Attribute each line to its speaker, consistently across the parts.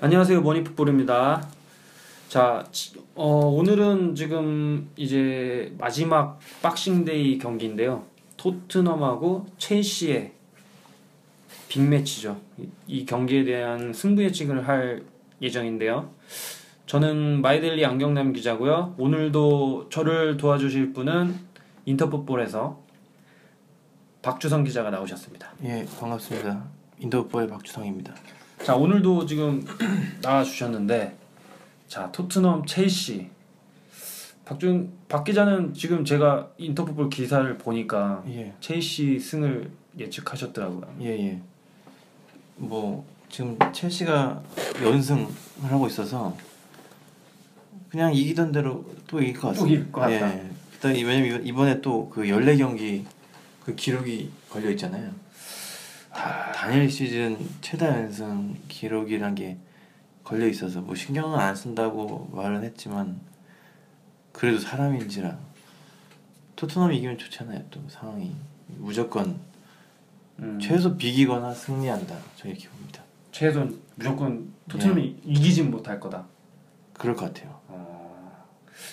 Speaker 1: 안녕하세요 머니풋볼입니다. 자 지- 어, 오늘은 지금 이제 마지막 박싱데이 경기인데요. 토트넘하고 첼시의 빅매치죠. 이, 이 경기에 대한 승부 예측을 할 예정인데요. 저는 마이델리 안경남 기자고요. 오늘도 저를 도와주실 분은 인터풋볼에서 박주성 기자가 나오셨습니다.
Speaker 2: 예, 반갑습니다. 인더보의 박주성입니다.
Speaker 1: 자 오늘도 지금 나와 주셨는데 자 토트넘 첼시 박준 박 기자는 지금 제가 인터풋볼 기사를 보니까
Speaker 2: 예,
Speaker 1: 첼시 승을 예측하셨더라고요.
Speaker 2: 예, 예. 뭐 지금 첼시가 연승을 하고 있어서 그냥 이기던 대로 또 이길 것 같습니다.
Speaker 1: 이길 것 같다.
Speaker 2: 예. 일단 이- 왜냐면 이번- 이번에 또 그 14경기 그 기록이 걸려 있잖아요.
Speaker 1: 아.
Speaker 2: 다, 단일 시즌 최다 연승 기록이란 게 걸려 있어서 뭐 신경은 안 쓴다고 말은 했지만 그래도 사람인지라 토트넘이 이기면 좋잖아요. 또 상황이 무조건
Speaker 1: 음,
Speaker 2: 최소 비기거나 승리한다. 저 이렇게 봅니다.
Speaker 1: 최소 무조건 토트넘이 이기진 못할 거다.
Speaker 2: 그럴 것 같아요.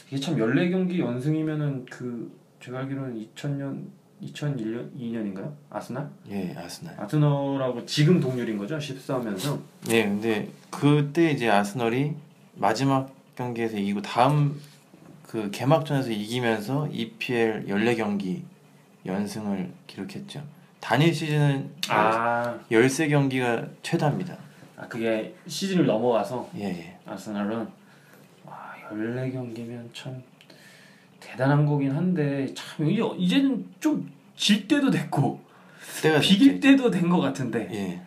Speaker 1: 이게 참 14경기 연승이면은 그 제가 알기로는 2000년 2001년 2년인가요? 아스날?
Speaker 2: 예, 아스날.
Speaker 1: 아스널하고 지금 동률인 거죠? 14하면서
Speaker 2: 예, 근데 그때 이제 아스널이 마지막 경기에서 이기고 다음 그 개막전에서 이기면서 E EPL 14경기 연승을 기록했죠. 단일 시즌은
Speaker 1: 아,
Speaker 2: 13경기가 최다입니다.
Speaker 1: 아 그게 시즌을 넘어가서
Speaker 2: 예, 예.
Speaker 1: 아스날은 와 14경기면 참 대단한 거긴 한데 참 이제, 이제는 좀 질 때도 됐고
Speaker 2: 때가
Speaker 1: 비길 때도 된 것 같은데
Speaker 2: 예.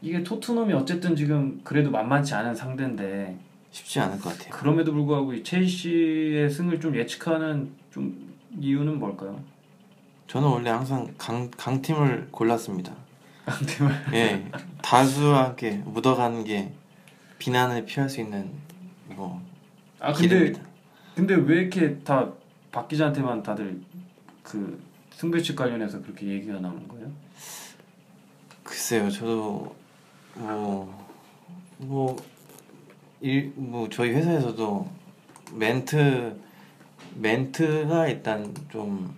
Speaker 1: 이게 토트넘이 어쨌든 지금 그래도 만만치 않은 상대인데
Speaker 2: 쉽지 않을 것 같아요.
Speaker 1: 그럼에도 불구하고 이 첼시의 승을 좀 예측하는 좀 이유는 뭘까요?
Speaker 2: 저는 원래 항상 강 강팀을 골랐습니다.
Speaker 1: 강팀을
Speaker 2: 예, 다수와 함께 묻어가는 게 비난을 피할 수 있는 뭐
Speaker 1: 아 근데
Speaker 2: 길입니다.
Speaker 1: 근데 왜 이렇게 다 박 기자한테만 다들 그 승부예측 관련해서 그렇게 얘기가 나오는 거예요?
Speaker 2: 글쎄요, 저도 뭐, 뭐뭐일뭐 저희 회사에서도 멘트 멘트가 일단 좀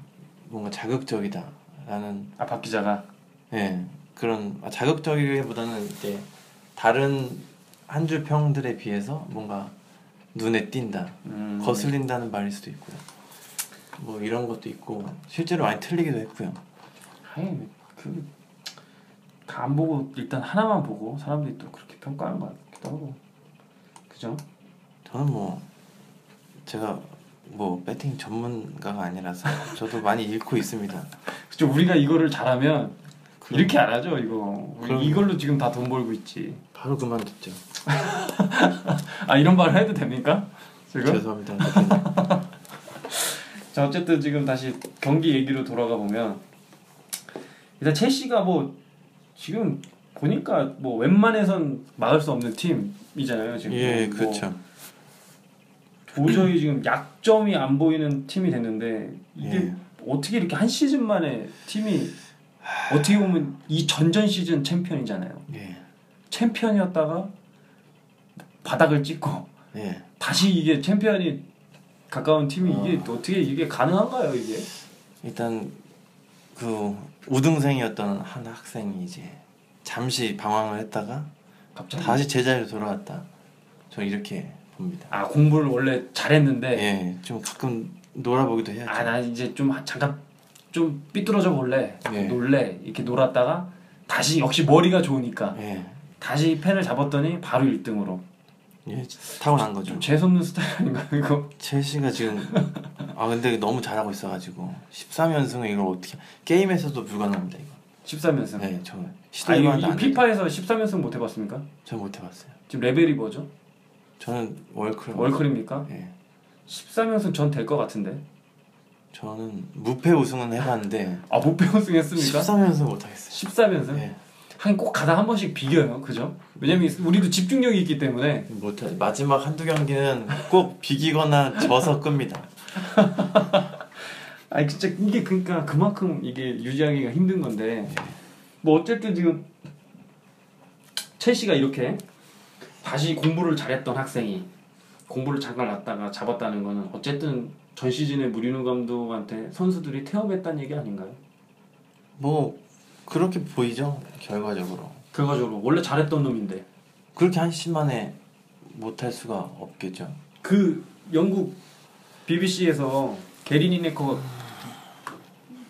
Speaker 2: 뭔가 자극적이다라는
Speaker 1: 아 박 기자가
Speaker 2: 예 그런 아, 자극적이기보다는 이제 다른 한 줄 평들에 비해서 뭔가 눈에 띈다
Speaker 1: 음,
Speaker 2: 거슬린다는 말일 수도 있고요. 뭐 이런 것도 있고 실제로 많이 틀리기도 했고요.
Speaker 1: 아니 뭐, 그안 보고 일단 하나만 보고 사람들이 또 그렇게 평가하는 것 같기도 하고 그죠?
Speaker 2: 저는 뭐 제가 뭐 배팅 전문가가 아니라서 저도 많이 읽고 있습니다.
Speaker 1: 그죠 우리가 이거를 잘하면
Speaker 2: 그럼-
Speaker 1: 이렇게 안 하죠 이거 우리
Speaker 2: 그럼-
Speaker 1: 이걸로 지금 다 돈 벌고 있지
Speaker 2: 바로 그만뒀죠.
Speaker 1: 아 이런 말을 해도 됩니까? 지금?
Speaker 2: 죄송합니다. 선생님.
Speaker 1: 자 어쨌든 지금 다시 경기 얘기로 돌아가 보면 일단 첼시가 뭐 지금 보니까 뭐 웬만해선 막을 수 없는 팀이잖아요 지금
Speaker 2: 예,
Speaker 1: 뭐
Speaker 2: 그렇죠.
Speaker 1: 도저히 지금 약점이 안 보이는 팀이 됐는데 이게
Speaker 2: 예.
Speaker 1: 어떻게 이렇게 한 시즌 만에 팀이 어떻게 보면 이 전전 시즌 챔피언이잖아요.
Speaker 2: 예.
Speaker 1: 챔피언이었다가 바닥을 찍고
Speaker 2: 예.
Speaker 1: 다시 이게 챔피언이 가까운 팀이 이게 어떻게 이게 가능한가요 이게?
Speaker 2: 일단 그 우등생이었던 한 학생이 이제 잠시 방황을 했다가
Speaker 1: 갑자기
Speaker 2: 다시 제자리로 돌아왔다. 저 이렇게 봅니다.
Speaker 1: 아 공부를 원래 잘했는데
Speaker 2: 예. 좀 가끔 놀아보기도 해야죠.
Speaker 1: 아 나 이제 좀 잠깐 좀 삐뚤어져 볼래
Speaker 2: 예.
Speaker 1: 놀래 이렇게 놀았다가 다시 역시 머리가 좋으니까
Speaker 2: 예.
Speaker 1: 다시 펜을 잡았더니 바로 1등으로
Speaker 2: 예, 타고난
Speaker 1: 어,
Speaker 2: 거죠.
Speaker 1: 좀 재수없는 스타일 아닌가 이거
Speaker 2: 첼시가 지금 아 근데 너무 잘하고 있어가지고 13연승을 이걸 어떻게 게임에서도 불가능합니다 이거.
Speaker 1: 13연승.
Speaker 2: 네, 저
Speaker 1: 아, 이거,
Speaker 2: 시도해봤는데
Speaker 1: 이거
Speaker 2: 안 돼.
Speaker 1: 피파에서 13연승 못 해봤습니까?
Speaker 2: 저 못해봤어요.
Speaker 1: 지금 레벨이 뭐죠?
Speaker 2: 저는 월클럽.
Speaker 1: 월클입니까?
Speaker 2: 예,
Speaker 1: 13연승 전 될 것 같은데.
Speaker 2: 저는 무패 우승은 해봤는데
Speaker 1: 아, 못 배우승 했습니까?
Speaker 2: 13연승 못하겠어요.
Speaker 1: 13연승?
Speaker 2: 예,
Speaker 1: 하긴 꼭 가다 한 번씩 비겨요. 그죠? 왜냐면 우리도 집중력이 있기 때문에.
Speaker 2: 못해. 마지막 한두 경기는 꼭 비기거나 져서 끕니다.
Speaker 1: 아니, 진짜 이게 그러니까 그만큼 이게 유지하기가 힘든 건데. 뭐 어쨌든 지금 첼시가 이렇게 다시 공부를 잘했던 학생이 공부를 잠깐 놨다가 잡았다는 거는 어쨌든 전 시즌에 무리누 감독한테 선수들이 태업했다는 얘기 아닌가요?
Speaker 2: 뭐 그렇게 보이죠 결과적으로
Speaker 1: 결과적으로 원래 잘했던 놈인데
Speaker 2: 그렇게 한 시만에 못할 수가 없겠죠.
Speaker 1: 그 영국 BBC에서 게리니 네커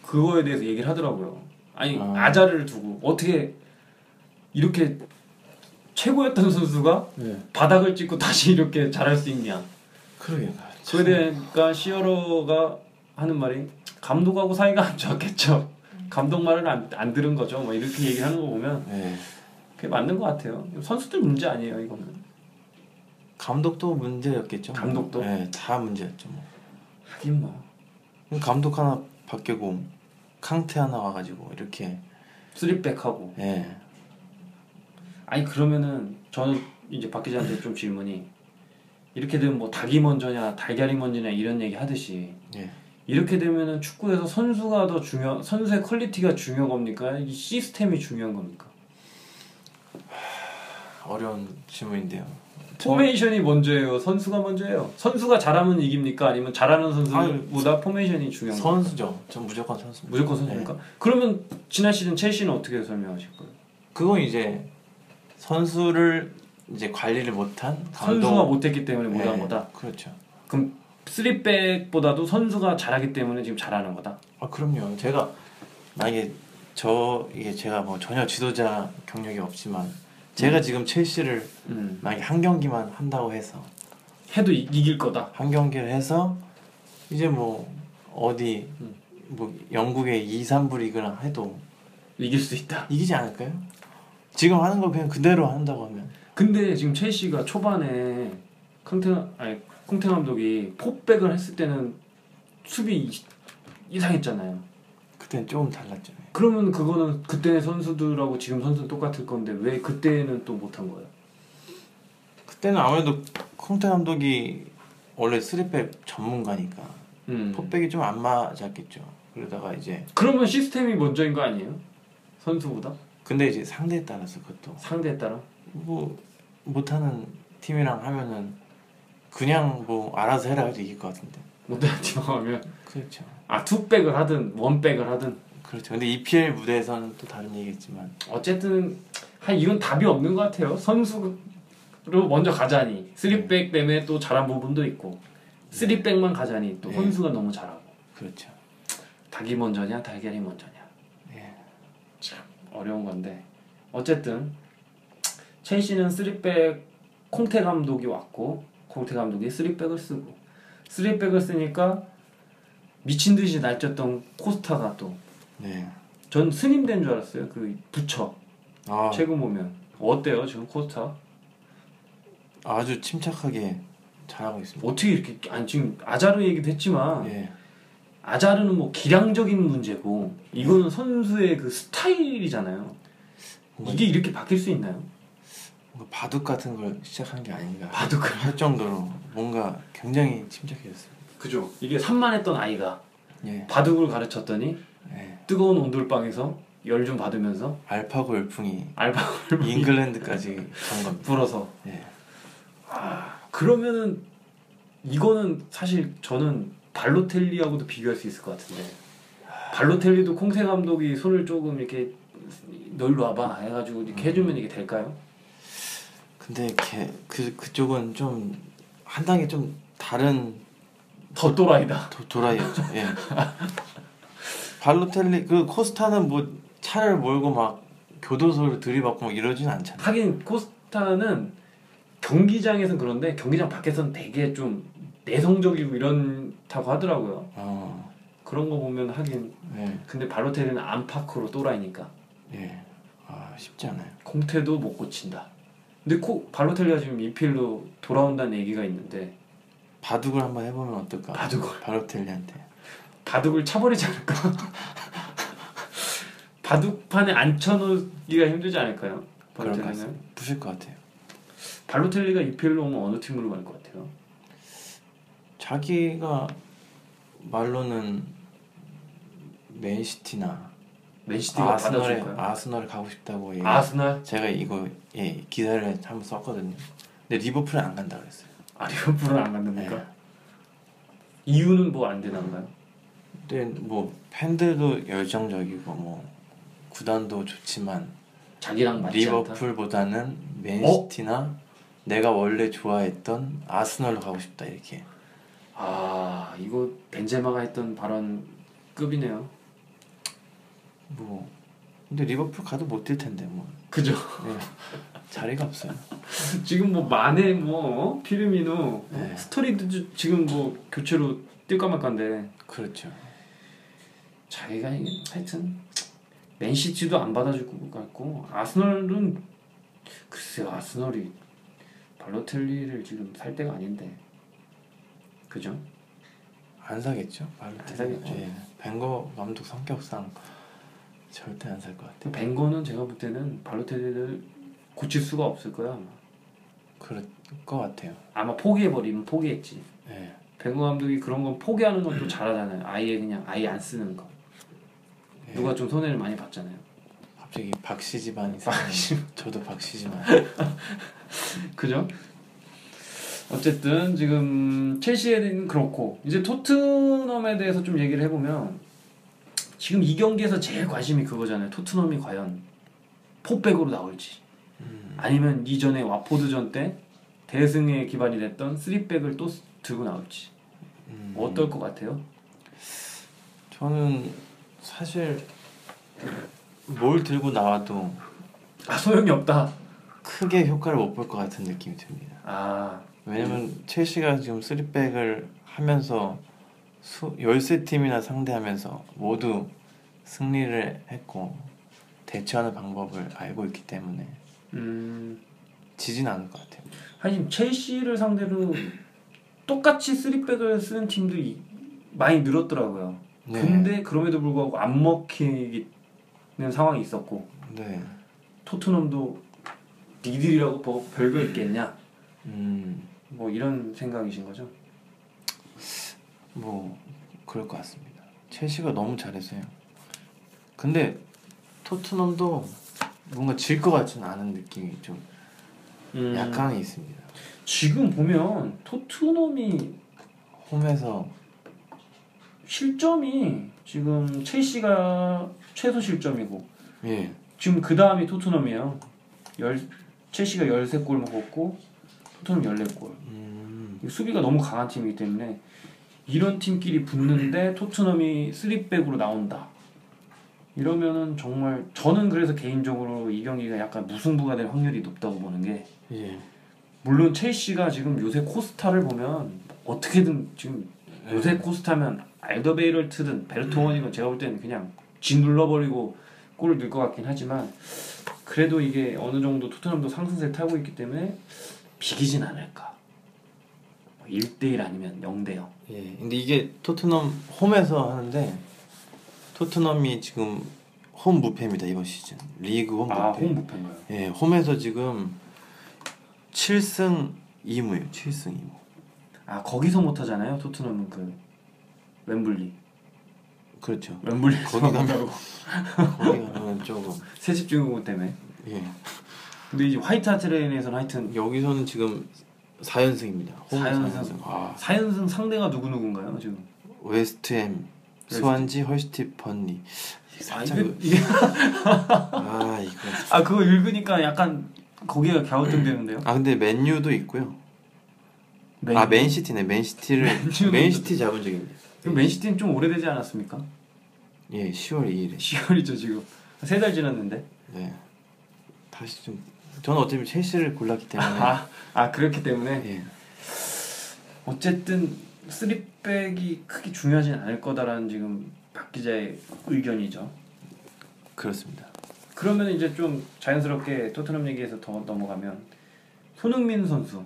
Speaker 1: 그거에 대해서 얘기를 하더라고요. 아니
Speaker 2: 아.
Speaker 1: 아자를 두고 어떻게 이렇게 최고였던 선수가 바닥을 찍고 다시 이렇게 잘할 수 있냐?
Speaker 2: 그러게요.
Speaker 1: 그에 대니까 시어로가 하는 말이 감독하고 사이가 안 좋았겠죠. 감독 말을 안, 안 들은 거죠. 뭐 이렇게 얘기하는 거 보면
Speaker 2: 네.
Speaker 1: 그게 맞는 것 같아요. 선수들 문제 아니에요 이거는.
Speaker 2: 감독도 문제였겠죠.
Speaker 1: 감독도?
Speaker 2: 네, 다 문제였죠. 뭐.
Speaker 1: 하긴 뭐
Speaker 2: 그럼 감독 하나 바뀌고 캉테 하나 와가지고 이렇게
Speaker 1: 쓰리백하고.
Speaker 2: 네.
Speaker 1: 아니 그러면은 저는 이제 박 기자한테 좀 질문이 이렇게 되면 뭐 닭이 먼저냐 달걀이 먼저냐 이런 얘기 하듯이
Speaker 2: 예.
Speaker 1: 이렇게 되면은 축구에서 선수가 더 중요 선수의 퀄리티가 중요한 겁니까 이 시스템이 중요한 겁니까
Speaker 2: 어려운 질문인데요.
Speaker 1: 포메이션이 먼저예요 선수가 먼저예요 뭐 선수가 잘하면 이깁니까 아니면 잘하는 선수보다 네. 포메이션이 중요한 거
Speaker 2: 선수죠. 전 무조건 네. 선수.
Speaker 1: 무조건 선수입니까 그러면 지난 시즌 첼시는 어떻게 설명하실 거예요
Speaker 2: 그건 이제 선수를 이제 관리를 못한
Speaker 1: 아,
Speaker 2: 감독.
Speaker 1: 선수가 못했기 때문에 못한
Speaker 2: 예,
Speaker 1: 거다
Speaker 2: 그렇죠.
Speaker 1: 그럼 3백보다도 선수가 잘하기 때문에 지금 잘하는 거다
Speaker 2: 아 그럼요. 제가 만약에 저 이게 제가 뭐 전혀 지도자 경력이 없지만 제가 지금 첼시를
Speaker 1: 음.
Speaker 2: 만약에 한 경기만 한다고 해서
Speaker 1: 해도 이, 이길 거다.
Speaker 2: 한 경기를 해서 이제 뭐 어디 뭐 영국의 2, 3부 리그랑 해도
Speaker 1: 이길 수 있다.
Speaker 2: 이기지 않을까요? 지금 하는 거 그냥 그대로 한다고 하면
Speaker 1: 근데 지금 첼시가 초반에 캉테 아니 콩테 감독이 포백을 했을 때는 수비 이- 이상했잖아요.
Speaker 2: 그때는 조금 달랐죠.
Speaker 1: 그러면 그거는 그때 선수들하고 지금 선수는 똑같을 건데 왜 그때는 또 못한 거예요?
Speaker 2: 그때는 아무래도 콩테 감독이 원래 3백 전문가니까
Speaker 1: 음.
Speaker 2: 포백이 좀 안 맞았겠죠. 그러다가 이제
Speaker 1: 그러면 시스템이 먼저인 거 아니에요? 선수보다
Speaker 2: 근데 이제 상대에 따라서 그것도
Speaker 1: 상대에 따라.
Speaker 2: 뭐 못하는 팀이랑 하면은 그냥 뭐 알아서 해라 해도 이길 것 같은데
Speaker 1: 못하는 팀하면
Speaker 2: 그렇죠
Speaker 1: 아 투백을 하든 원백을 하든
Speaker 2: 그렇죠 근데 EPL 무대에서는 또 다른 얘기겠지만
Speaker 1: 어쨌든 한 이건 답이 없는 것 같아요. 선수로 먼저 가자니 쓰리백 때문에 또 잘한 부분도 있고 쓰리백만 가자니 또
Speaker 2: 네. 네.
Speaker 1: 선수가 너무 잘하고
Speaker 2: 그렇죠
Speaker 1: 닭이 먼저냐 달걀이 먼저냐
Speaker 2: 예.
Speaker 1: 참 어려운 건데 어쨌든 첼시는 쓰리백 콩테 감독이 왔고 콩테 감독이 쓰리백을 쓰고 쓰리백을 쓰니까 미친 듯이 날뛰었던 코스타가
Speaker 2: 네아
Speaker 1: 또 전 스님 된 줄 알았어요 그 부처
Speaker 2: 아.
Speaker 1: 최근 보면 어때요 지금 코스타
Speaker 2: 아주 침착하게 잘하고 있습니다
Speaker 1: 어떻게 이렇게 아니 지금 아자르 얘기도 했지만
Speaker 2: 예
Speaker 1: 아자르는 뭐 기량적인 문제고 이거는 선수의 그 스타일이잖아요.
Speaker 2: 뭔가,
Speaker 1: 이게 이렇게 바뀔 수 있나요?
Speaker 2: 뭔가 바둑 같은 걸 시작한 게 아닌가
Speaker 1: 바둑을
Speaker 2: 할 정도로 뭔가 굉장히 침착해졌어요
Speaker 1: 그죠. 이게 산만했던 아이가
Speaker 2: 예,
Speaker 1: 바둑을 가르쳤더니
Speaker 2: 예.
Speaker 1: 뜨거운 온돌방에서 열 좀 받으면서
Speaker 2: 알파고 열풍이
Speaker 1: 알바를
Speaker 2: 잉글랜드까지 간 겁니다
Speaker 1: 불어서
Speaker 2: 예.
Speaker 1: 아, 그러면은 이거는 사실 저는 발로텔리하고도 비교할 수 있을 것 같은데 발로텔리도 콩세 감독이 손을 조금 이렇게 너 일로 와봐 해가지고 이렇게 해주면 이게 될까요?
Speaker 2: 근데 걔, 그, 그쪽은 좀 한 단계 좀 다른
Speaker 1: 더 또라이다.
Speaker 2: 도, 도라이였죠. 예. 발로텔리 그 코스타는 뭐 차를 몰고 막 교도소를 들이받고 막 이러진 않잖아.
Speaker 1: 하긴 코스타는 경기장에선 그런데 경기장 밖에선 되게 좀 내성적이고 이런다고 하더라고요.
Speaker 2: 어.
Speaker 1: 그런 거 보면 하긴
Speaker 2: 예.
Speaker 1: 근데 발로텔리는 안팎으로 또라이니까
Speaker 2: 예. 아 쉽지 않아요.
Speaker 1: 공태도 못 고친다. 근데 코 발로텔리가 지금 EPL로 돌아온다는 얘기가 있는데
Speaker 2: 바둑을 한번 해보면 어떨까?
Speaker 1: 바둑을.
Speaker 2: 발로텔리한테.
Speaker 1: 바둑을 차버리지 않을까? 바둑판에 앉혀놓기가 힘들지 않을까요?
Speaker 2: 그럴 것
Speaker 1: 발로텔리는
Speaker 2: 같습니다. 부실 것 같아요.
Speaker 1: 발로텔리가 EPL로 오면 어느 팀으로 갈 것 같아요?
Speaker 2: 자기가 말로는 맨시티나
Speaker 1: 맨시티가
Speaker 2: 아스널에 어, 예.
Speaker 1: 받아줄까요?
Speaker 2: 아스널 가고 싶다고 얘기.
Speaker 1: 아스날?
Speaker 2: 제가 이거 예 기사를 한번 썼거든요. 근데 리버풀은 안 간다 그랬어요.
Speaker 1: 아 리버풀은 안 간답니까?
Speaker 2: 네.
Speaker 1: 이유는 뭐 안 되나요?
Speaker 2: 근데 뭐 팬들도 열정적이고 뭐 구단도 좋지만
Speaker 1: 자기랑 맞지 않다.
Speaker 2: 리버풀보다는 맨시티나
Speaker 1: 어?
Speaker 2: 내가 원래 좋아했던 아스널로 가고 싶다 이렇게.
Speaker 1: 아 이거 벤제마가 했던 발언 급이네요.
Speaker 2: 뭐 근데 리버풀 가도 못 뛸 텐데 뭐
Speaker 1: 그죠?
Speaker 2: 자리가 없어요.
Speaker 1: 지금 뭐 마네 뭐 어? 피르미노
Speaker 2: 네.
Speaker 1: 스토리도 지- 지금 뭐 교체로 뛸까 말까인데
Speaker 2: 그렇죠.
Speaker 1: 자기가 이게 하여튼 맨시티도 안 받아줄 것 같고 아스널은 글쎄 아스널이 발로텔리를 지금 살 때가 아닌데 그죠?
Speaker 2: 안 사겠죠. 바로
Speaker 1: 안 사겠죠.
Speaker 2: 예. 벵거 감독 성격상 절대 안 살 것 같아요.
Speaker 1: 근데 벵거는 제가 볼 때는 발로텔리를 고칠 수가 없을 거야 아마.
Speaker 2: 그럴 것 같아요.
Speaker 1: 아마 포기해버리면 포기했지.
Speaker 2: 예.
Speaker 1: 벵거 감독이 그런 건 포기하는 건 또 잘하잖아요. 아예 그냥 아예 안 쓰는 거.
Speaker 2: 예.
Speaker 1: 누가 좀 손해를 많이 봤잖아요.
Speaker 2: 갑자기 박씨 집안이 생각나네요. 저도 박씨 집안.
Speaker 1: 그죠? 어쨌든 지금 첼시에는 그렇고 이제 토트넘에 대해서 좀 얘기를 해보면 지금 이 경기에서 제일 관심이 그거잖아요. 토트넘이 과연 포백으로 나올지 아니면 이전에 와포드전 때 대승에 기반이 됐던 3백을 또 들고 나올지
Speaker 2: 음.
Speaker 1: 어떨 것 같아요?
Speaker 2: 저는 사실 뭘 들고 나와도
Speaker 1: 아 소용이 없다.
Speaker 2: 크게 효과를 못 볼 것 같은 느낌이 듭니다.
Speaker 1: 아
Speaker 2: 왜냐면 첼시가 지금 3백을 하면서 수, 13팀이나 상대하면서 모두 승리를 했고 대처하는 방법을 알고 있기 때문에
Speaker 1: 음.
Speaker 2: 지진 않을 것 같아요.
Speaker 1: 하긴 첼시를 상대로 똑같이 3백을 쓰는 팀도 이- 많이 늘었더라고요.
Speaker 2: 네.
Speaker 1: 근데 그럼에도 불구하고 안 먹히는 상황이 있었고
Speaker 2: 네.
Speaker 1: 토트넘도 니들이라고 뭐 별거 있겠냐
Speaker 2: 음.
Speaker 1: 뭐 이런 생각이신 거죠?
Speaker 2: 뭐 그럴 것 같습니다. 첼시가 너무 잘했어요. 근데 토트넘도 뭔가 질 것 같지는 않은 느낌이 좀
Speaker 1: 음,
Speaker 2: 약간 있습니다.
Speaker 1: 지금 보면 토트넘이
Speaker 2: 홈에서
Speaker 1: 실점이 지금 첼시가 최소 실점이고
Speaker 2: 예
Speaker 1: 지금 그 다음이 토트넘이에요. 열 첼시가 13골 먹었고 토트넘 14골.
Speaker 2: 음,
Speaker 1: 이 수비가 너무 강한 팀이기 때문에 이런 팀끼리 붙는데 토트넘이 3백으로 나온다. 이러면은 정말 저는 그래서 개인적으로 이 경기가 약간 무승부가 될 확률이 높다고 보는 게
Speaker 2: 예
Speaker 1: 물론 첼시가 지금 요새 코스타를 보면 어떻게든 지금 요새 코스타면 알더베이럴트든 베르통원이든 제가 볼 때는 그냥 짓눌러버리고 골을 넣을 것 같긴 하지만 그래도 이게 어느 정도 토트넘도 상승세를 타고 있기 때문에 비기진 않을까 뭐 1대1 아니면 0대0
Speaker 2: 예. 근데 이게 토트넘 홈에서 하는데 토트넘이 지금 홈 무패입니다 이번 시즌 리그 홈 무패.
Speaker 1: 아 홈무패인가요?
Speaker 2: 예 홈에서 지금 7승 2무예요. 7승 2무.
Speaker 1: 아 거기서 못하잖아요 토트넘은 그 웸블리
Speaker 2: 그렇죠.
Speaker 1: 웸블리에서
Speaker 2: 거기 가면 거기 가면 조금
Speaker 1: 새집 증후군 때문에
Speaker 2: 예.
Speaker 1: 근데 이제 화이트 하트레인에서는 하여튼
Speaker 2: 여기서는 지금 4연승입니다.
Speaker 1: 4연승.
Speaker 2: 아,
Speaker 1: 4연승 상대가 누구누군가요 지금?
Speaker 2: 웨스트햄, 스완지, 헐시티, 번리. 살짝 그,
Speaker 1: 이거- 이게-
Speaker 2: 아, 이거.
Speaker 1: 아 그거 읽으니까 약간 거기가 갸우뚱되는데요.
Speaker 2: 아, 근데 맨유도 있고요.
Speaker 1: 맨,
Speaker 2: 아, 맨시티네. 맨시티를
Speaker 1: 맨유는-
Speaker 2: 맨시티 잡은 적이 있네요.
Speaker 1: 그럼 맨시티는 좀 오래되지 않았습니까?
Speaker 2: 예, 10월 2일에.
Speaker 1: 10월이죠 지금 세 달 지났는데.
Speaker 2: 네. 다시 좀 저는 어차피 첼시를 골랐기 때문에
Speaker 1: 아아 그렇기 때문에
Speaker 2: 예.
Speaker 1: 어쨌든 쓰리백이 크게 중요하진 않을 거다라는 지금 박 기자의 의견이죠.
Speaker 2: 그렇습니다.
Speaker 1: 그러면 이제 좀 자연스럽게 토트넘 얘기에서 더 넘어가면 손흥민 선수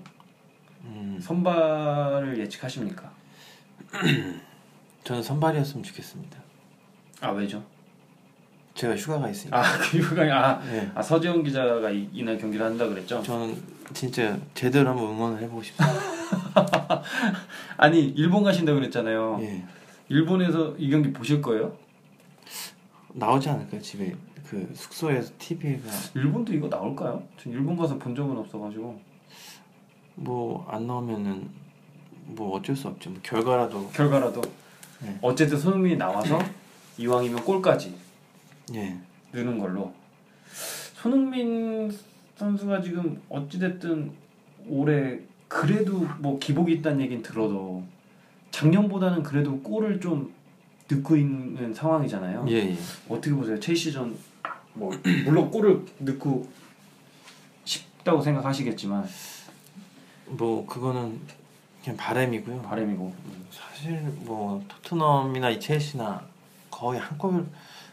Speaker 2: 음.
Speaker 1: 선발을 예측하십니까?
Speaker 2: 저는 선발이었으면 좋겠습니다.
Speaker 1: 아 왜죠?
Speaker 2: 제가 휴가가 있으니까.
Speaker 1: 아 그유가 아
Speaker 2: 예.
Speaker 1: 아 서재원 기자가 이- 이날 경기를 한다 그랬죠?
Speaker 2: 저는 진짜 제대로 한번 응원을 해보고 싶습니다.
Speaker 1: 아니 일본 가신다 고 그랬잖아요.
Speaker 2: 예.
Speaker 1: 일본에서 이 경기 보실 거예요?
Speaker 2: 나오지 않을까요 집에 그 숙소에서 TV가
Speaker 1: 일본도 이거 나올까요? 전 일본 가서 본 적은 없어가지고
Speaker 2: 뭐 안 나오면은 뭐 어쩔 수 없죠 뭐 결과라도
Speaker 1: 결과라도
Speaker 2: 네.
Speaker 1: 어쨌든 손흥민이 나와서 이왕이면 골까지
Speaker 2: 예
Speaker 1: 넣는 걸로 손흥민 선수가 지금 어찌됐든 올해 그래도 뭐 기복이 있다는 얘긴 들어도 작년보다는 그래도 골을 좀 넣고 있는 상황이잖아요.
Speaker 2: 예, 예.
Speaker 1: 어떻게 보세요? 첼시전 뭐 물론 골을 넣고 싶다고 생각하시겠지만
Speaker 2: 뭐 그거는 그냥 바람이고요
Speaker 1: 바람이고
Speaker 2: 사실 뭐 토트넘이나 이 첼시나 거의 한 골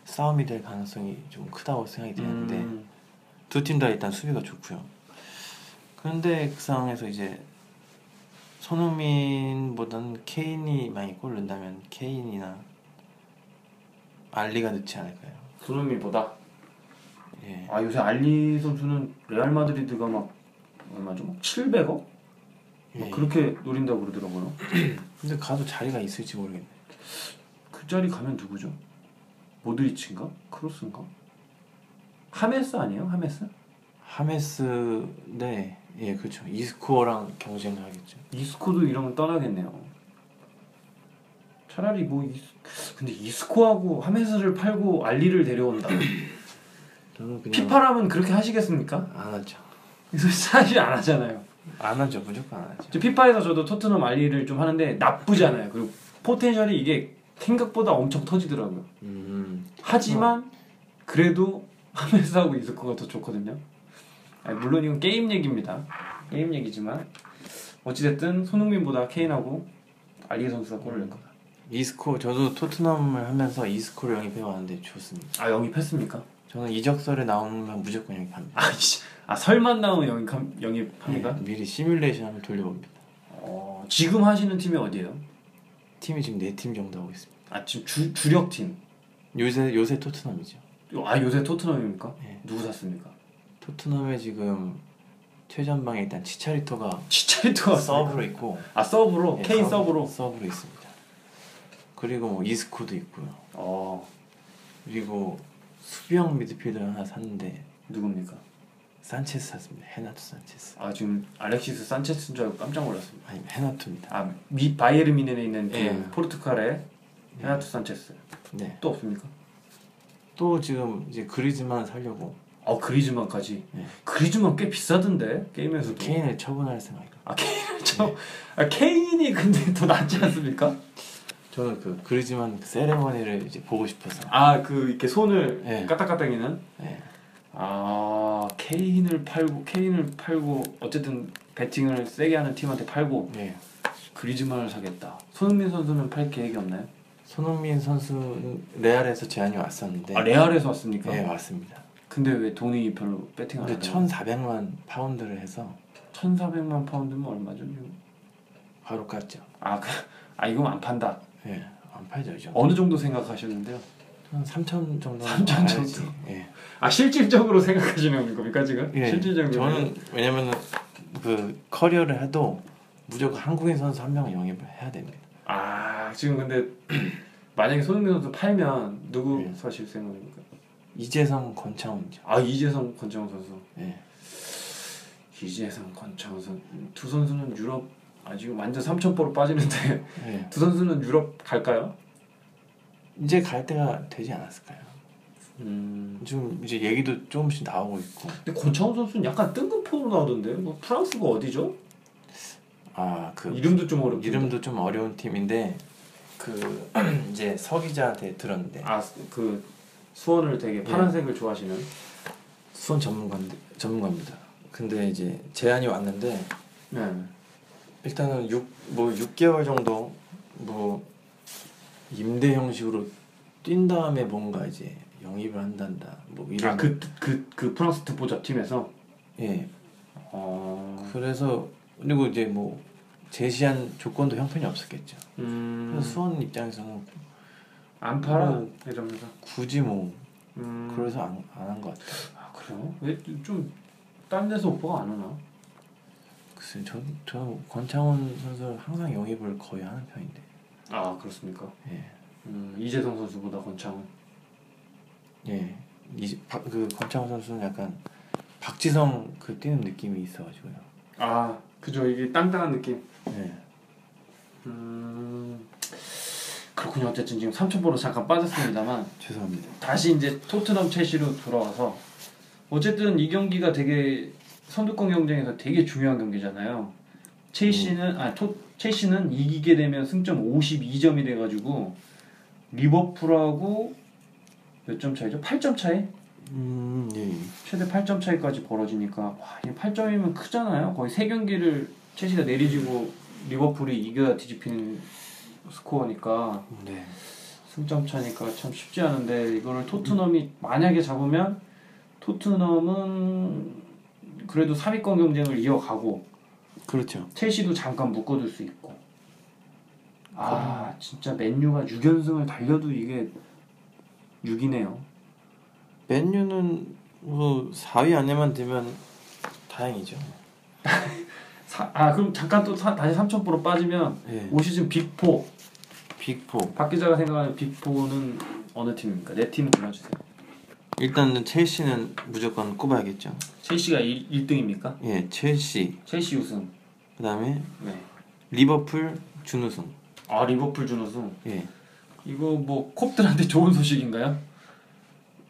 Speaker 2: 싸움이 될 가능성이 좀 크다고 생각이 드는데
Speaker 1: 음,
Speaker 2: 두 팀 다 일단 수비가 좋고요. 그런데 그 상황에서 이제 손흥민보다는 케인이 많이 골 넣는다면 케인이나 알리가 넣지 않을까요?
Speaker 1: 손흥민보다
Speaker 2: 예.
Speaker 1: 아 요새 알리 선수는 레알 마드리드가 막 얼마죠? 막 700억?
Speaker 2: 예.
Speaker 1: 그렇게 노린다고 그러더라고요.
Speaker 2: 근데 가도 자리가 있을지 모르겠네.
Speaker 1: 그 자리 가면 누구죠? 모드리치인가? 크로스인가? 하메스 아니에요? 하메스?
Speaker 2: 하메스 네. 예, 그렇죠. 이스코어랑 경쟁을 하겠죠.
Speaker 1: 이스코도 이러면 떠나겠네요. 차라리 뭐 이스... 근데 이스코하고 하메스를 팔고 알리를 데려온다.
Speaker 2: 저는 그냥
Speaker 1: 피파라면 그렇게 하시겠습니까?
Speaker 2: 안 하죠.
Speaker 1: 그래서 사실 안 하잖아요.
Speaker 2: 안 하죠. 무조건 안 하죠.
Speaker 1: 저 피파에서 저도 토트넘 알리를 좀 하는데 나쁘지 않아요. 그리고 포텐셜이 이게 생각보다 엄청 터지더라고요.
Speaker 2: 음.
Speaker 1: 하지만 그래도 하메스하고 이스코가 더 좋거든요. 아니, 물론 이건 게임 얘기입니다. 게임 얘기지만 어찌됐든 손흥민보다 케인하고 알리 선수가 골을 낸 거다.
Speaker 2: 이스코 저도 토트넘을 하면서 이스코를 영입해 왔는데 좋습니다.
Speaker 1: 아 영입했습니까?
Speaker 2: 저는 이적설에 나오면 무조건 영입합니다.
Speaker 1: 아이씨, 아 설만 나온 영입 영입합니까?
Speaker 2: 예, 미리 시뮬레이션 한번 돌려봅니다.
Speaker 1: 어, 지금 하시는 팀이 어디예요?
Speaker 2: 팀이 지금 네 팀 정도 하고 있습니다.
Speaker 1: 아 지금 주, 주력 팀.
Speaker 2: 요새 요새 토트넘이죠.
Speaker 1: 요- 아 요새 토트넘입니까?
Speaker 2: 네.
Speaker 1: 누구 샀습니까?
Speaker 2: 토트넘에 지금 최전방에 일단 치차리토가
Speaker 1: 치차리토가 샀습니까?
Speaker 2: 서브로 있고
Speaker 1: 아 서브로
Speaker 2: 예,
Speaker 1: 케인
Speaker 2: 서브-
Speaker 1: 서브로.
Speaker 2: 서브로 있습니다. 그리고 뭐 이스코도 있고요.
Speaker 1: 어
Speaker 2: 그리고 수비형 미드필더 하나 샀는데
Speaker 1: 누굽니까?
Speaker 2: 산체스 샀습니다. 헤나토 산체스.
Speaker 1: 아 지금 알렉시스 산체스인 줄 알고 깜짝 놀랐습니다.
Speaker 2: 아니 헤나토입니다.
Speaker 1: 아, 미 바이에르 미넨에 있는 그
Speaker 2: 예.
Speaker 1: 포르투갈의 헤나투 산체스
Speaker 2: 네.
Speaker 1: 또 없습니까?
Speaker 2: 또 지금 이제 그리즈만 살려고
Speaker 1: 아 그리즈만까지
Speaker 2: 예. 그
Speaker 1: 그리즈만 꽤 비싸던데 게임에서도
Speaker 2: 케인을 처분할 생각이에요.
Speaker 1: 아 케인 저 아, 케인이 근데 더 낫지 않습니까?
Speaker 2: 저는 그 그리즈만 그 세레머니를 이제 보고 싶어서.
Speaker 1: 아 그 이렇게 손을
Speaker 2: 예.
Speaker 1: 까딱까딱이는
Speaker 2: 예.
Speaker 1: 아 케인을 팔고 케인을 팔고 어쨌든 배팅을 세게 하는 팀한테 팔고
Speaker 2: 네.
Speaker 1: 그리즈만을 사겠다 손흥민 선수는 팔 계획이 없나요?
Speaker 2: 손흥민 선수는 레알에서 제안이 왔었는데
Speaker 1: 아 레알에서 아, 왔습니까?
Speaker 2: 네, 왔습니다.
Speaker 1: 근데 왜 돈이 별로 배팅 안
Speaker 2: 근데
Speaker 1: 하나요?
Speaker 2: 1,400만 파운드를 해서
Speaker 1: 1400만 파운드면 얼마죠?
Speaker 2: 바로 깠죠.
Speaker 1: 아, 그, 아 이건 안 판다.
Speaker 2: 예. 안 팔죠, 이제.
Speaker 1: 어느 정도 생각하시는데요?
Speaker 2: 한 3천 정도.
Speaker 1: 3,000 정도?
Speaker 2: 예.
Speaker 1: 아 실질적으로 생각하시는 겁니까 그러니까 지금?
Speaker 2: 예.
Speaker 1: 실질적으로
Speaker 2: 저는 왜냐면은 그 커리어를 해도 무조건 한국인 선수 한 명을 영입을 해야 됩니다.
Speaker 1: 아 지금 근데 만약에 손흥민 선수 팔면 누구
Speaker 2: 예.
Speaker 1: 사실 생각입니까?
Speaker 2: 이재성, 권창훈이죠.
Speaker 1: 아 이재성, 권창훈 선수.
Speaker 2: 예.
Speaker 1: 이재성, 권창훈 선수 두 선수는 유럽 아 지금 완전 삼천포로 빠지는데
Speaker 2: 예.
Speaker 1: 두 선수는 유럽 갈까요?
Speaker 2: 이제 갈 때가 되지 않았을까요?
Speaker 1: 음.
Speaker 2: 지금 이제 얘기도 조금씩 나오고 있고.
Speaker 1: 근데 권창훈 선수는 약간 뜬금포로 나오던데 뭐 프랑스가 어디죠?
Speaker 2: 아, 그
Speaker 1: 이름도 좀 어렵고
Speaker 2: 이름도 좀 어려운 팀인데 그 이제 서 기자한테 들었는데
Speaker 1: 아그 수원을 되게 파란색을 좋아하시는
Speaker 2: 수원 전문가인데 전문가입니다. 근데 이제 제안이 왔는데
Speaker 1: 네.
Speaker 2: 일단은 6뭐 6개월 정도 뭐 임대 형식으로 뛴 다음에 뭔가 이제 영입을 한단다. 뭐 이런
Speaker 1: 아그 그 그 프랑스 듣보자 팀에서
Speaker 2: 예.
Speaker 1: 어...
Speaker 2: 그래서 그리고 이제 뭐 제시한 조건도 형편이 없었겠죠. 그래서
Speaker 1: 음...
Speaker 2: 수원 입장에서는
Speaker 1: 안 팔아
Speaker 2: 음.
Speaker 1: 이러면서
Speaker 2: 굳이 뭐
Speaker 1: 음...
Speaker 2: 그래서 안 안 한 것 같아요.
Speaker 1: 아 그래요? 왜 좀 다른 데서 오빠가 안 오나?
Speaker 2: 글쎄 저는 저는 권창훈 선수를 항상 영입을 거의 하는 편인데.
Speaker 1: 아 그렇습니까?
Speaker 2: 예.
Speaker 1: 음, 이재성 선수보다 권창훈
Speaker 2: 예, 이, 바, 그 권창훈 선수는 약간 박지성 그 뛰는 느낌이 있어가지고요.
Speaker 1: 아 그죠 이게 땅땅한 느낌.
Speaker 2: 예,
Speaker 1: 음 그렇군요. 어쨌든 지금 3천보로 잠깐 빠졌습니다만
Speaker 2: 죄송합니다.
Speaker 1: 다시 이제 토트넘 첼시로 돌아와서 어쨌든 이 경기가 되게 선두권 경쟁에서 되게 중요한 경기잖아요. 첼시는 아 토, 첼시는 이기게 되면 승점 52점이 돼가지고 리버풀하고 몇 점 차이죠? 8점 차이?
Speaker 2: 음, 예, 예.
Speaker 1: 최대 8점 차이까지 벌어지니까 와, 이게 8점이면 크잖아요. 거의 세 경기를 첼시가 내리지고 리버풀이 이겨야 뒤집히는 스코어니까
Speaker 2: 네,
Speaker 1: 승점 차니까 참 쉽지 않은데 이거를 토트넘이 만약에 잡으면 토트넘은 그래도 3위권 경쟁을 이어가고
Speaker 2: 그렇죠.
Speaker 1: 첼시도 잠깐 묶어둘 수 있고 아 진짜 맨유가 6연승을 달려도 이게 6이네요.
Speaker 2: 맨유는 뭐 4위 안에만 되면 다행이죠.
Speaker 1: 아 그럼 잠깐 또 사- 다시 3점포로 빠지면
Speaker 2: 예,
Speaker 1: 올 시즌 빅포
Speaker 2: 빅포.
Speaker 1: 박 기자가 생각하는 빅포는 어느 팀입니까? 네 팀 골라주세요.
Speaker 2: 일단은 첼시는 무조건 꼽아야겠죠.
Speaker 1: 첼시가 1, 등입니까
Speaker 2: 예, 첼시.
Speaker 1: 첼시 우승.
Speaker 2: 그다음에
Speaker 1: 네.
Speaker 2: 리버풀 준우승.
Speaker 1: 아 리버풀 준우승.
Speaker 2: 예.
Speaker 1: 이거 뭐 콥들한테 좋은 소식인가요?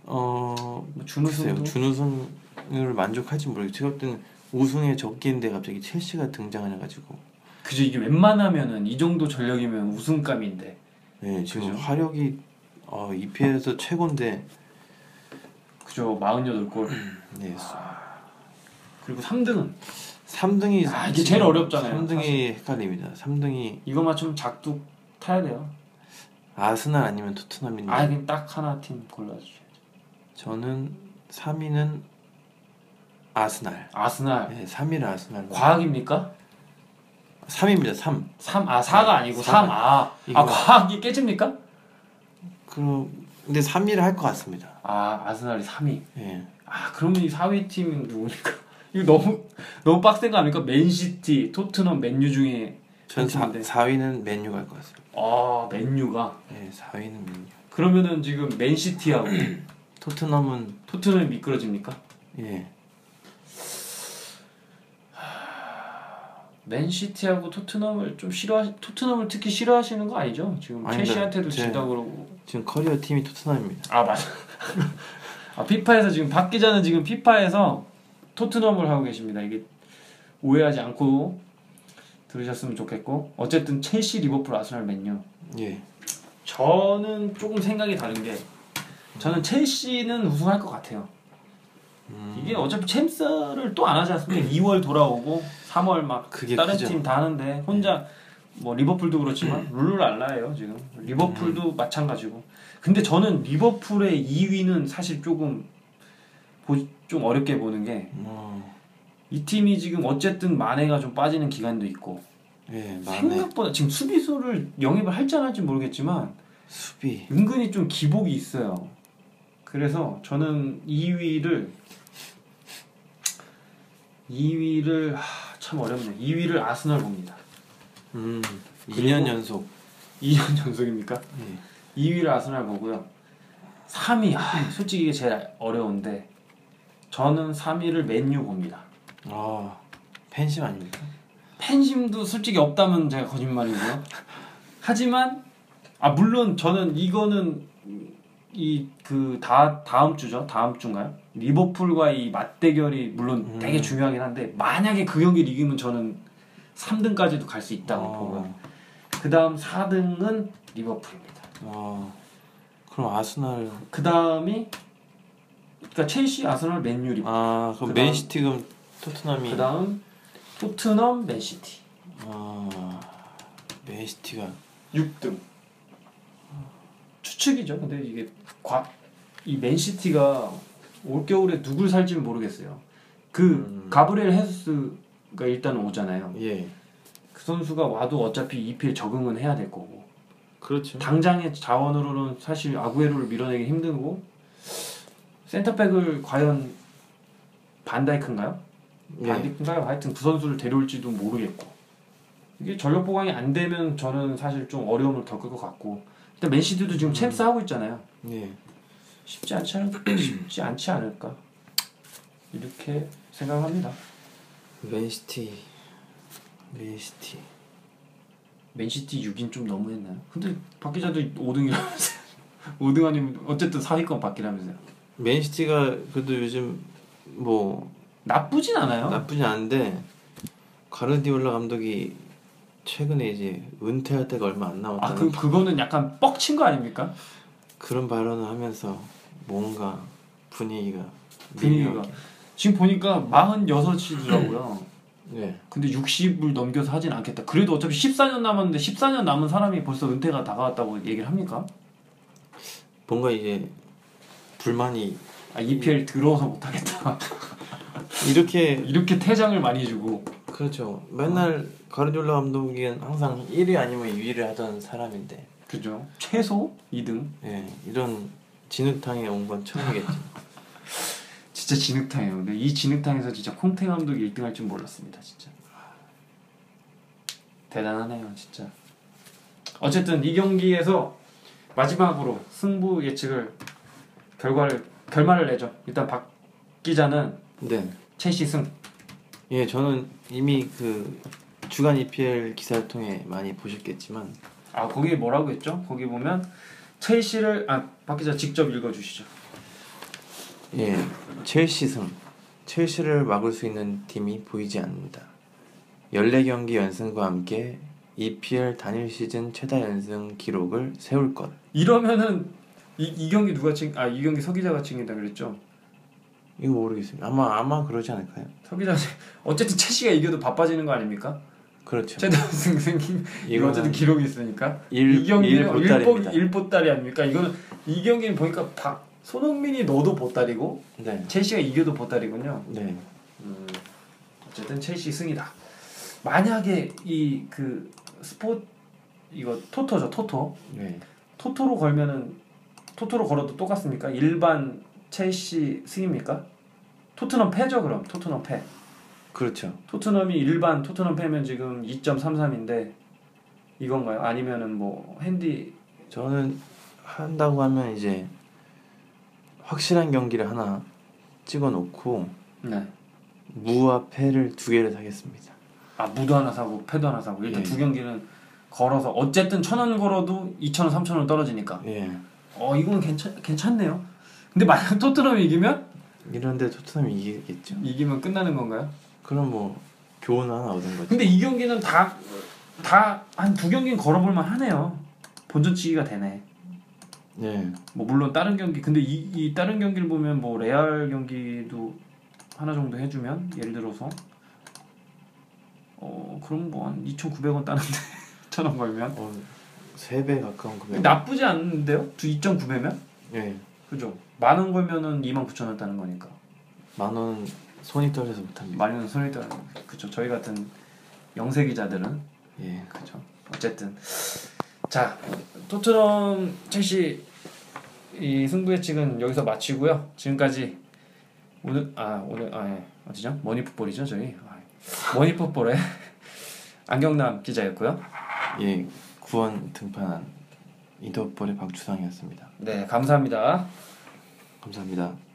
Speaker 2: 어,
Speaker 1: 뭐
Speaker 2: 글쎄요.
Speaker 1: 준우승도
Speaker 2: 준우승을 만족할지 모르겠어요. 제가 볼 때는 우승에 적기인데 갑자기 첼시가 등장을 해가지고
Speaker 1: 그죠 이게 웬만하면은 이 정도 전력이면 우승감인데
Speaker 2: 예, 지금
Speaker 1: 그죠.
Speaker 2: 화력이 어, EPL에서 최고인데
Speaker 1: 그죠 48골
Speaker 2: 네,
Speaker 1: 아. 그리고 3등은
Speaker 2: 3등이
Speaker 1: 아, 이게 제일 어렵잖아요,
Speaker 2: 3등이 헷갈립니다. 3등이
Speaker 1: 이거 맞추면 작두 타야 돼요.
Speaker 2: 아스날 아니면 토트넘인데
Speaker 1: 아 그냥 딱 하나 팀 골라주세요.
Speaker 2: 저는 3위는 아스날.
Speaker 1: 아스날
Speaker 2: 네, 3위를 아스날.
Speaker 1: 과학입니까?
Speaker 2: 3위입니다. 3.
Speaker 1: 3 아 4가 아니고
Speaker 2: 네, 사.
Speaker 1: 3 아. 아
Speaker 2: 이거-
Speaker 1: 과학이 깨집니까?
Speaker 2: 그럼 근데 3위를 할 것 같습니다.
Speaker 1: 아 아스날이 3위.
Speaker 2: 예.
Speaker 1: 아 그러면 이 4위 팀은 누구니까? 이거 너무 너무 빡센 거 아닙니까? 맨시티, 토트넘, 맨유 중에
Speaker 2: 전 사,
Speaker 1: 네.
Speaker 2: 4위는 맨유 갈 것 같습니다.
Speaker 1: 아 맨유가
Speaker 2: 예, 4위는 맨유.
Speaker 1: 그러면은 지금 맨시티하고
Speaker 2: 토트넘은
Speaker 1: 토트넘이 미끄러집니까?
Speaker 2: 예.
Speaker 1: 맨시티하고 토트넘을 좀 싫어 토트넘을 특히 싫어하시는 거 아니죠? 지금
Speaker 2: 아니,
Speaker 1: 첼시한테도
Speaker 2: 제-
Speaker 1: 진다 그러고
Speaker 2: 지금 커리어 팀이 토트넘입니다.
Speaker 1: 아 맞아. 아 피파에서 지금 박 기자는 지금 피파에서 토트넘을 하고 계십니다. 이게 오해하지 않고 들으셨으면 좋겠고 어쨌든 첼시, 리버풀, 아스날, 맨유
Speaker 2: 예.
Speaker 1: 저는 조금 생각이 다른 게 저는 첼시는 우승할 것 같아요.
Speaker 2: 음.
Speaker 1: 이게 어차피 챔스를 또 안 하지 않습니까? 2월 돌아오고 3월 막
Speaker 2: 그게
Speaker 1: 다른
Speaker 2: 크죠. 음.
Speaker 1: 팀 다 하는데 혼자 뭐 리버풀도 그렇지만 룰루랄라예요 지금 리버풀도 마찬가지고 근데 저는 리버풀의 2위는 사실 조금 보, 좀 어렵게 보는 게 이
Speaker 2: 어.
Speaker 1: 팀이 지금 어쨌든 마네가 좀 빠지는 기간도 있고
Speaker 2: 예, 만에
Speaker 1: 생각보다 지금 수비수를 영입을 할지 안 할지 모르겠지만
Speaker 2: 수비.
Speaker 1: 은근히 좀 기복이 있어요. 그래서 저는 2위를 2위를 참 어렵네요. 2위를 아스널 봅니다.
Speaker 2: 음.
Speaker 1: 그리고-
Speaker 2: 2년 연속.
Speaker 1: 2년 연속입니까?
Speaker 2: 예.
Speaker 1: 2위를 아스널 보고요. 3위 아, 솔직히 이게 제일 어려운데 저는 3위를 맨유 봅니다.
Speaker 2: 아. 팬심 아닙니까?
Speaker 1: 팬심도 솔직히 없다면 제가 거짓말이고요. 하지만 아 물론 저는 이거는 이 그 다 다음 주죠. 다음 주인가요? 리버풀과 이 맞대결이 물론
Speaker 2: 음.
Speaker 1: 되게 중요하긴 한데 만약에 그 경기를 이기면 저는 3등까지도 갈 수 있다고
Speaker 2: 어.
Speaker 1: 보고요. 그다음 4등은 리버풀입니다.
Speaker 2: 어. 그럼 아스날
Speaker 1: 그다음이 그러니까 첼시, 아스널, 맨유, 리버풀.
Speaker 2: 아, 그럼
Speaker 1: 그다음-
Speaker 2: 맨시티 그럼 토트넘이
Speaker 1: 그다음 토트넘, 맨시티.
Speaker 2: 아. 맨시티가
Speaker 1: 6등. 추측이죠. 근데 이게 과, 이 맨시티가 올 겨울에 누굴 살지는 모르겠어요. 그
Speaker 2: 음.
Speaker 1: 가브리엘 헤수스가 일단 오잖아요.
Speaker 2: 예.
Speaker 1: 그 선수가 와도 어차피 EPL 적응은 해야 될 거고
Speaker 2: 그렇죠.
Speaker 1: 당장의 자원으로는 사실 아구에로를 밀어내기 힘들고 센터백을 과연 반다이크인가요?
Speaker 2: 예.
Speaker 1: 반디크인가요? 하여튼 그 선수를 데려올지도 모르겠고 이게 전력 보강이 안 되면 저는 사실 좀 어려움을 겪을 것 같고 일단 맨시티도 지금 챔스 하고 있잖아요.
Speaker 2: 예.
Speaker 1: 음. 쉽지 않지, 않, 쉽지 않지 않을까 이렇게 생각합니다.
Speaker 2: 맨시티 맨시티
Speaker 1: 맨시티 6인 좀 너무했나요? 근데 박 기자도 5등이라면서 5등 아니면 어쨌든 상위권 바뀌라면서요.
Speaker 2: 맨시티가 그래도 요즘 뭐
Speaker 1: 나쁘진 않아요.
Speaker 2: 나쁘진 않은데 가르디올라 감독이 최근에 이제 은퇴할 때가 얼마 안
Speaker 1: 아
Speaker 2: 남았다는
Speaker 1: 그 그거는 약간 뻑친 거 아닙니까?
Speaker 2: 그런 발언을 하면서 뭔가 분위기가
Speaker 1: 분위기가 지금 보니까 46이더라고요.
Speaker 2: 네
Speaker 1: 근데 60을 넘겨서 하진 않겠다. 그래도 어차피 14년 남았는데 14년 남은 사람이 벌써 은퇴가 다가왔다고 얘기를 합니까?
Speaker 2: 뭔가 이제 불만이
Speaker 1: 아 EPL 들어서 못하겠다.
Speaker 2: 이렇게
Speaker 1: 이렇게 퇴장을 많이 해주고
Speaker 2: 그렇죠 맨날 가르디올라 감독은 항상 1위 아니면 2위를 하던 사람인데
Speaker 1: 그죠? 최소 2등.
Speaker 2: 예 이런 진흙탕에 온 건 처음이겠죠
Speaker 1: 진짜 진흙탕이에요. 근데 이 진흙탕에서 진짜 콩테 감독이 1등 할 줄 몰랐습니다. 진짜 대단하네요, 진짜. 어쨌든 이 경기에서 마지막으로 승부 예측을 결과를 결말을 내죠. 일단 박 기자는
Speaker 2: 네
Speaker 1: 첼시 승.
Speaker 2: 예, 저는 이미 그 주간 EPL 기사를 통해 많이 보셨겠지만
Speaker 1: 아 거기 뭐라고 했죠? 거기 보면 첼시를 아박 기자 직접 읽어주시죠.
Speaker 2: 예, 첼시 승. 첼시를 막을 수 있는 팀이 보이지 않는다. 14경기 연승과 함께 EPL 단일 시즌 최다 연승 기록을 세울 것.
Speaker 1: 이러면은 이, 이 경기 누가 챙? 아이 경기 서 기자가 챙긴다 그랬죠?
Speaker 2: 이거 모르겠습니다. 아마 아마 그러지 않을까요?
Speaker 1: 서 기자 어쨌든 첼시가 이겨도 바빠지는 거 아닙니까?
Speaker 2: 그렇죠.
Speaker 1: 최다 우승 생긴 이거
Speaker 2: 이거는
Speaker 1: 어쨌든 기록이 있으니까
Speaker 2: 일-
Speaker 1: 이 경기는
Speaker 2: 일 보따리입니다.
Speaker 1: 일보- 일보따리 아닙니까? 이거는 이 경기는 보니까 박 손흥민이 넣어도 보따리고
Speaker 2: 네.
Speaker 1: 첼시가 이겨도 보따리군요.
Speaker 2: 네.
Speaker 1: 음, 어쨌든 첼시 승이다. 만약에 이 그 스포 이거 토토죠 토토
Speaker 2: 네.
Speaker 1: 토토로 걸면은 토토로 걸어도 똑같습니까? 일반 첼시 승입니까? 토트넘 패죠 그럼 토트넘 패.
Speaker 2: 그렇죠.
Speaker 1: 토트넘이 일반 토트넘 패면 지금 2.33인데 이건가요? 아니면은 뭐 핸디
Speaker 2: 저는 한다고 하면 이제 확실한 경기를 하나 찍어 놓고
Speaker 1: 네.
Speaker 2: 무와 패를 두 개를 사겠습니다.
Speaker 1: 아 무도 하나 사고 패도 하나 사고 일단
Speaker 2: 예.
Speaker 1: 두 경기는 걸어서 어쨌든 천 원 걸어도 2천 원 3천 원 떨어지니까
Speaker 2: 예.
Speaker 1: 어 이건 괜찮 괜찮네요. 근데 만약 토트넘이 이기면
Speaker 2: 이런데 토트넘이 이기겠죠.
Speaker 1: 이기면 끝나는 건가요?
Speaker 2: 그럼 뭐 교훈 하나 얻은 거죠.
Speaker 1: 근데 이 경기는 다 다 한 두 경기는 걸어볼만 하네요. 본전치기가 되네.
Speaker 2: 네.
Speaker 1: 뭐 물론 다른 경기 근데 이, 이 다른 경기를 보면 뭐 레알 경기도 하나 정도 해주면 예를 들어서 어 그럼 뭐 한 2,900원 따는데 천 원 벌면
Speaker 2: 어, 세배 가까운 금액.
Speaker 1: 나쁘지 않은데요? 2,900면
Speaker 2: 네.
Speaker 1: 그죠? 만 원 걸면은 29,000원 따는 거니까
Speaker 2: 만 원은 손이 떨려서 못합니다.
Speaker 1: 많이 원 손이 따는 그죠? 저희 같은 영세 기자들은
Speaker 2: 예.
Speaker 1: 그죠? 그렇죠. 어쨌든 자 토트넘 첼시 이 승부 예측은 여기서 마치고요. 지금까지 오늘 아 오늘 아 예. 어디죠? 머니풋볼이죠 저희 아, 예. 머니풋볼의 안경남 기자였고요.
Speaker 2: 예. 구원 등판한 인터볼의 박주상이었습니다.
Speaker 1: 네 감사합니다.
Speaker 2: 감사합니다.